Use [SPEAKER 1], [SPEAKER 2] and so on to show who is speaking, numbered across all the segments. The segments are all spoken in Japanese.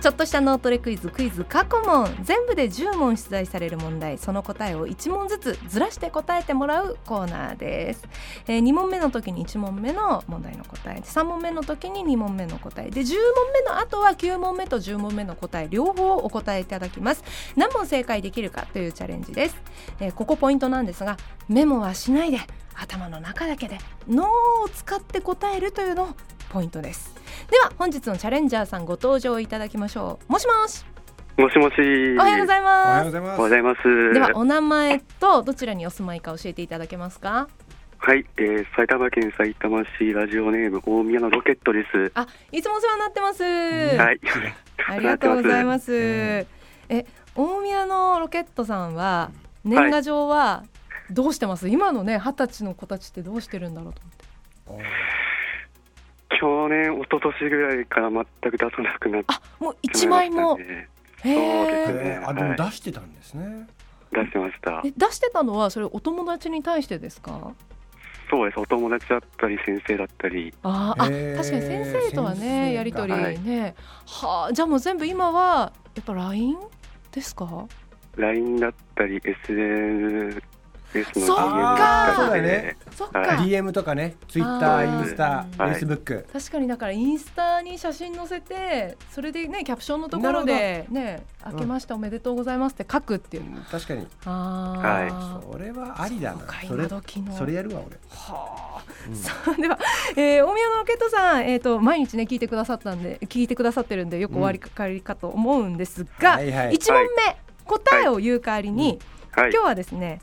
[SPEAKER 1] ちょっとした脳トレクイズクイズ過去問全部で10問出題される問題その答えを1問ずつずらして答えてもらうコーナーです、え2問目の時に1問目の問題の答え3問目の時に2問目の答えで10問目の後は9問目と10問目の答え両方お答えいただきます何問正解できるかというチャレンジです、えーここポイントなんですがメモはしないで頭の中だけで脳を使って答えるというのをポイントですでは本日のチャレンジャーさんご登場いただきましょうもしもし
[SPEAKER 2] もしもし。
[SPEAKER 1] おはようござい
[SPEAKER 3] おはよ
[SPEAKER 1] ます
[SPEAKER 3] うございま
[SPEAKER 2] おはよう
[SPEAKER 3] す
[SPEAKER 2] ございます。
[SPEAKER 1] ではお名前とどちらにお住まいか教えていただけますか
[SPEAKER 2] はい、えー、埼玉県埼玉市ラジオネーム大宮のロケットです。
[SPEAKER 1] あいつもお世話になってます、
[SPEAKER 2] はい。
[SPEAKER 1] ありがとうござい
[SPEAKER 2] す。
[SPEAKER 1] ます
[SPEAKER 3] え
[SPEAKER 1] え大宮のロケットさんは年賀状はどうしてます、今のね二十歳の子たちってどうしてるんだろうと思って
[SPEAKER 3] おー
[SPEAKER 2] 去年、一昨年ぐらいから全く出さなくなって
[SPEAKER 1] あもう
[SPEAKER 2] し
[SPEAKER 1] 一
[SPEAKER 2] ま
[SPEAKER 1] 枚
[SPEAKER 2] いま
[SPEAKER 1] も
[SPEAKER 2] したね。
[SPEAKER 1] へ
[SPEAKER 2] そうで
[SPEAKER 3] え
[SPEAKER 2] す
[SPEAKER 1] え
[SPEAKER 2] ね
[SPEAKER 3] ーあでも出してたんですね。
[SPEAKER 2] 出しました
[SPEAKER 1] え。出してたのはそれお友達に対してですか
[SPEAKER 2] そうです。お友達だったり、先生だったり。
[SPEAKER 1] あーあ
[SPEAKER 3] へー
[SPEAKER 1] 確かに先生とは
[SPEAKER 3] 先生
[SPEAKER 1] ね
[SPEAKER 3] が
[SPEAKER 1] やり取りねはあじゃあもう全部今はやっぱ LINE ですか
[SPEAKER 2] LINE だったり SNS の DM
[SPEAKER 1] そっ
[SPEAKER 2] だ
[SPEAKER 1] か
[SPEAKER 2] ったりで、
[SPEAKER 1] そっか、
[SPEAKER 2] は
[SPEAKER 3] DM とかね、
[SPEAKER 1] あ
[SPEAKER 3] Twitter、
[SPEAKER 1] ー
[SPEAKER 3] インスタ、
[SPEAKER 2] はい
[SPEAKER 3] Facebook。
[SPEAKER 1] 確かにだからインスタに写真載せてそれでねキャプションのところでね「
[SPEAKER 3] ほど
[SPEAKER 1] 明けましておめでとうございます」って書くっていう、
[SPEAKER 3] 確かに、
[SPEAKER 1] あ
[SPEAKER 3] それはありだ
[SPEAKER 1] あ、
[SPEAKER 3] な。
[SPEAKER 1] そ
[SPEAKER 3] そ
[SPEAKER 1] か
[SPEAKER 3] う
[SPEAKER 1] 今
[SPEAKER 3] れ
[SPEAKER 1] 時の
[SPEAKER 3] それやるわ俺。
[SPEAKER 1] はあ、
[SPEAKER 3] うん
[SPEAKER 1] そうでは、えー、大宮のロケットさん、えー、と毎日ね聞いてくださったんで聞いてくださってるんでよく終わりかかりかと思うんですが、
[SPEAKER 3] はいはい。
[SPEAKER 1] 一問目、答えを言う代わりに、
[SPEAKER 2] はい。
[SPEAKER 1] 今日はですね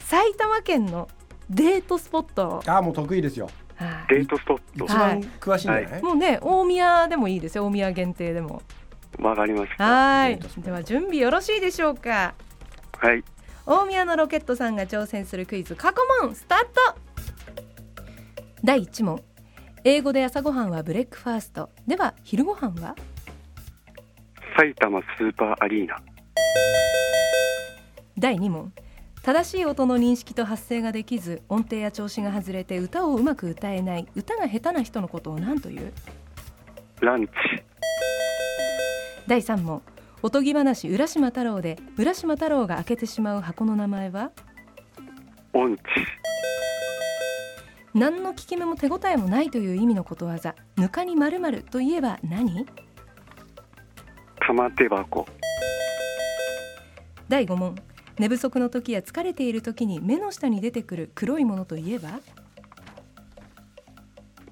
[SPEAKER 1] 埼玉県のデートスポットを、
[SPEAKER 3] あーもう得意ですよ。
[SPEAKER 1] はい
[SPEAKER 2] デートスポッ
[SPEAKER 3] 一
[SPEAKER 2] ト、
[SPEAKER 1] はい
[SPEAKER 3] 番詳しいんじゃない？
[SPEAKER 1] もうね大宮でもいいですよ大宮限定でも
[SPEAKER 2] わかりました。
[SPEAKER 1] は
[SPEAKER 3] デ
[SPEAKER 1] い
[SPEAKER 3] ートスポッ
[SPEAKER 1] で
[SPEAKER 3] ト
[SPEAKER 1] は準備よろしいでしょうか
[SPEAKER 2] はい。
[SPEAKER 1] 大宮のロケットさんが挑戦するクイズ過去問スタート第1問英語で朝ごはんはブレックファーストでは昼ごはんは
[SPEAKER 2] 埼玉スーパーアリーナ。
[SPEAKER 1] 第2問正しい音の認識と発声ができず音程や調子が外れて歌をうまく歌えない歌が下手な人のことを何という
[SPEAKER 2] ランチ。
[SPEAKER 1] 第3問おとぎ話浦島太郎で浦島太郎が開けてしまう箱の名前は
[SPEAKER 2] オンチ。
[SPEAKER 1] 何の効き目も手応えもないという意味のことわざぬかにまるまるといえば何
[SPEAKER 2] 玉手箱。
[SPEAKER 1] 第5問寝不足の時や疲れている時に目の下に出てくる黒いものといえば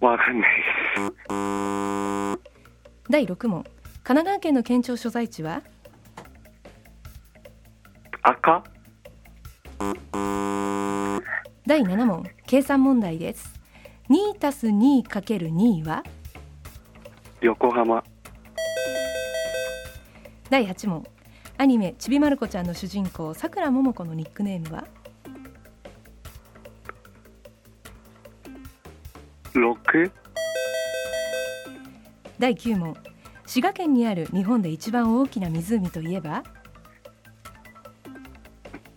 [SPEAKER 2] わかんないです。
[SPEAKER 1] 第6問神奈川県の県庁所在地は
[SPEAKER 2] 赤
[SPEAKER 1] 第7問計算問題です2たす 2×2 は
[SPEAKER 2] 横浜
[SPEAKER 1] 第8問アニメ「ちびまる子ちゃん」の主人公さくらももこのニックネームは
[SPEAKER 2] 六
[SPEAKER 1] 第9問滋賀県にある日本で一番大きな湖といえば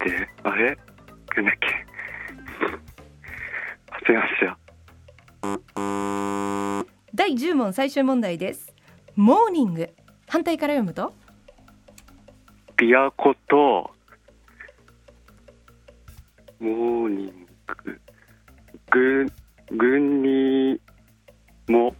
[SPEAKER 2] であれなんだっけ忘れました
[SPEAKER 1] 第10問最終問題ですモーニング反対から読むと
[SPEAKER 2] 琵琶湖とモーニングぐ軍にも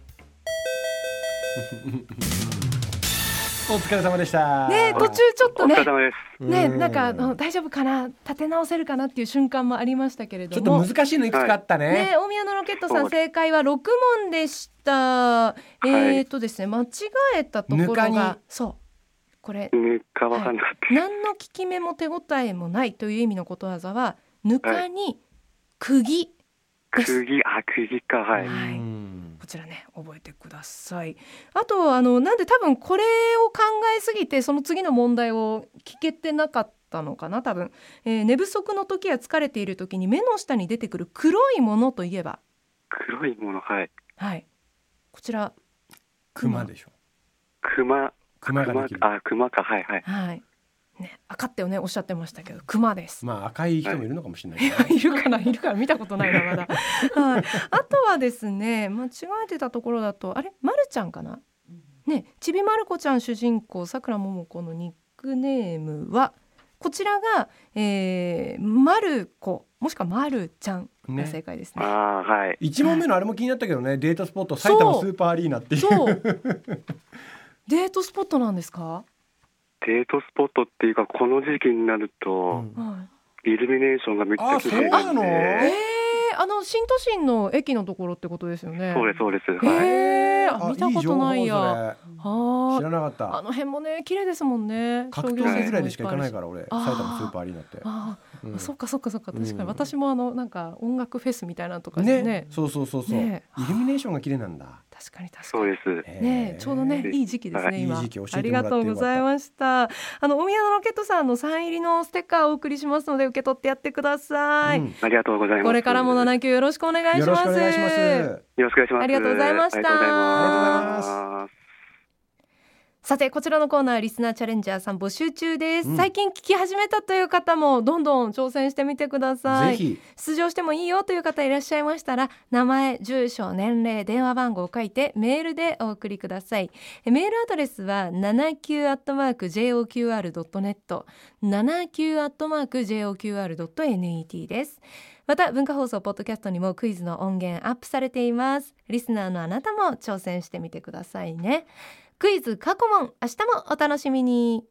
[SPEAKER 3] お疲れ様でした。
[SPEAKER 1] ねえ途中ちょっ
[SPEAKER 2] お
[SPEAKER 1] と
[SPEAKER 2] 疲
[SPEAKER 1] ね
[SPEAKER 2] れ様です、
[SPEAKER 1] ね、
[SPEAKER 3] う
[SPEAKER 1] なんかあの大丈夫かな立て直せるかなっていう瞬間もありましたけれ
[SPEAKER 3] ちょ
[SPEAKER 1] ど
[SPEAKER 3] っと
[SPEAKER 1] も。
[SPEAKER 3] 難しいのいくつかあったね。
[SPEAKER 1] ね、大宮のロケットさ
[SPEAKER 2] そ
[SPEAKER 1] ん
[SPEAKER 2] う
[SPEAKER 1] 正解は六問でした。
[SPEAKER 2] い
[SPEAKER 1] えっ、とですね、間違えたところ
[SPEAKER 3] ぬか
[SPEAKER 1] が
[SPEAKER 3] に
[SPEAKER 1] そうこれ
[SPEAKER 2] ぬかわかんなかった、
[SPEAKER 1] 何の効き目も手応えもないという意味のことわざはぬかに釘です。
[SPEAKER 2] 釘あ釘かはい
[SPEAKER 1] はい
[SPEAKER 3] うん
[SPEAKER 1] こちらね覚えてくださいあとあのなんで多分これを考えすぎてその次の問題を聞けてなかったのかな多分、えー寝不足の時や疲れている時に目の下に出てくる黒いものといえば
[SPEAKER 2] 黒いものはい
[SPEAKER 1] はいこちら
[SPEAKER 3] 熊でしょ。
[SPEAKER 2] 熊
[SPEAKER 3] 熊ができる。
[SPEAKER 2] あ熊かはいはい
[SPEAKER 1] はいね赤ってねおっしゃってましたけど熊です
[SPEAKER 3] まあ赤い人もいるのかもしれないけどね。
[SPEAKER 1] いるかないるかな見たことないなまだ、はい、あとはですね間違えてたところだとあれ、ま、るちゃんかな、ねちびまる子ちゃん主人公さくらももこのニックネームはこちらが、えー、まる子もしくはまるちゃんが正
[SPEAKER 3] ね。
[SPEAKER 1] 解ですね。
[SPEAKER 2] ああーはい
[SPEAKER 3] 一問目のあれも気になったけどね、デートスポット埼玉スーパーアリーナっていう。
[SPEAKER 1] そう。デートスポットなんですか。
[SPEAKER 2] デートスポットっていうかこの時期になる
[SPEAKER 3] う
[SPEAKER 2] と、
[SPEAKER 3] ん
[SPEAKER 1] は。
[SPEAKER 2] イルミネーションがめっちゃ綺麗なんで
[SPEAKER 3] あそうないの
[SPEAKER 1] ええー、あの新都心の駅のところってことですよね。
[SPEAKER 2] そうですそうです、はい
[SPEAKER 1] えー、あ
[SPEAKER 3] あ
[SPEAKER 1] 見たことないや。は
[SPEAKER 3] や。
[SPEAKER 1] ー
[SPEAKER 3] 知らなかっ
[SPEAKER 1] あ
[SPEAKER 3] た。
[SPEAKER 1] の辺もね綺麗ですもんね。
[SPEAKER 3] 格
[SPEAKER 1] 商
[SPEAKER 3] 闘
[SPEAKER 1] 業施
[SPEAKER 3] 技
[SPEAKER 1] 設
[SPEAKER 3] ぐらいでしか行かない
[SPEAKER 1] もっぱあるし
[SPEAKER 3] から俺
[SPEAKER 1] あ
[SPEAKER 3] 埼
[SPEAKER 1] ー
[SPEAKER 3] 玉スーパーアリーナって。
[SPEAKER 1] あ
[SPEAKER 3] う
[SPEAKER 1] ー、
[SPEAKER 3] ん
[SPEAKER 1] そっかそっかそっか確かに、
[SPEAKER 3] うん
[SPEAKER 1] 私もあのなんか音楽フェスみたいなのとかでね
[SPEAKER 3] ね、そうそうそうそう。イ
[SPEAKER 1] ね
[SPEAKER 3] ルミネーションが綺麗なんだ。
[SPEAKER 1] 確かに確か
[SPEAKER 2] そう
[SPEAKER 1] に。
[SPEAKER 2] です
[SPEAKER 1] ね
[SPEAKER 3] へー
[SPEAKER 1] ちょうどね
[SPEAKER 2] えー
[SPEAKER 1] いい時期です
[SPEAKER 2] は
[SPEAKER 1] ね
[SPEAKER 3] い
[SPEAKER 1] 今
[SPEAKER 3] いい時期教えてもらって
[SPEAKER 1] ありがとうございましたあのお宮のロケットさんのサイン入りのステッカーをお送りしますので受け取ってやってください、
[SPEAKER 3] うん
[SPEAKER 2] ありがとうございます
[SPEAKER 1] これからも
[SPEAKER 2] よ
[SPEAKER 1] 79よろしくお願いします
[SPEAKER 3] よろしくお願いします。
[SPEAKER 2] ろしくお願いします
[SPEAKER 1] ありがとうございました
[SPEAKER 2] ありがとうございます
[SPEAKER 3] ありがとうご
[SPEAKER 1] さてこちらのコーナーリスナーチャレンジャーさん募集中です、
[SPEAKER 3] うん
[SPEAKER 1] 最近聞き始めたという方もどんどん挑戦してみてくださ
[SPEAKER 3] ぜ
[SPEAKER 1] い
[SPEAKER 3] ひ。
[SPEAKER 1] 出場してもいいよという方いらっしゃいましたら名前住所年齢電話番号を書いてメールでお送りくださいえメールアドレスは 79-joqr.net 79-joqr.net ですまた文化放送ポッドキャストにもクイズの音源アップされていますリスナーのあなたも挑戦してみてくださいねクイズ過去問明日もお楽しみに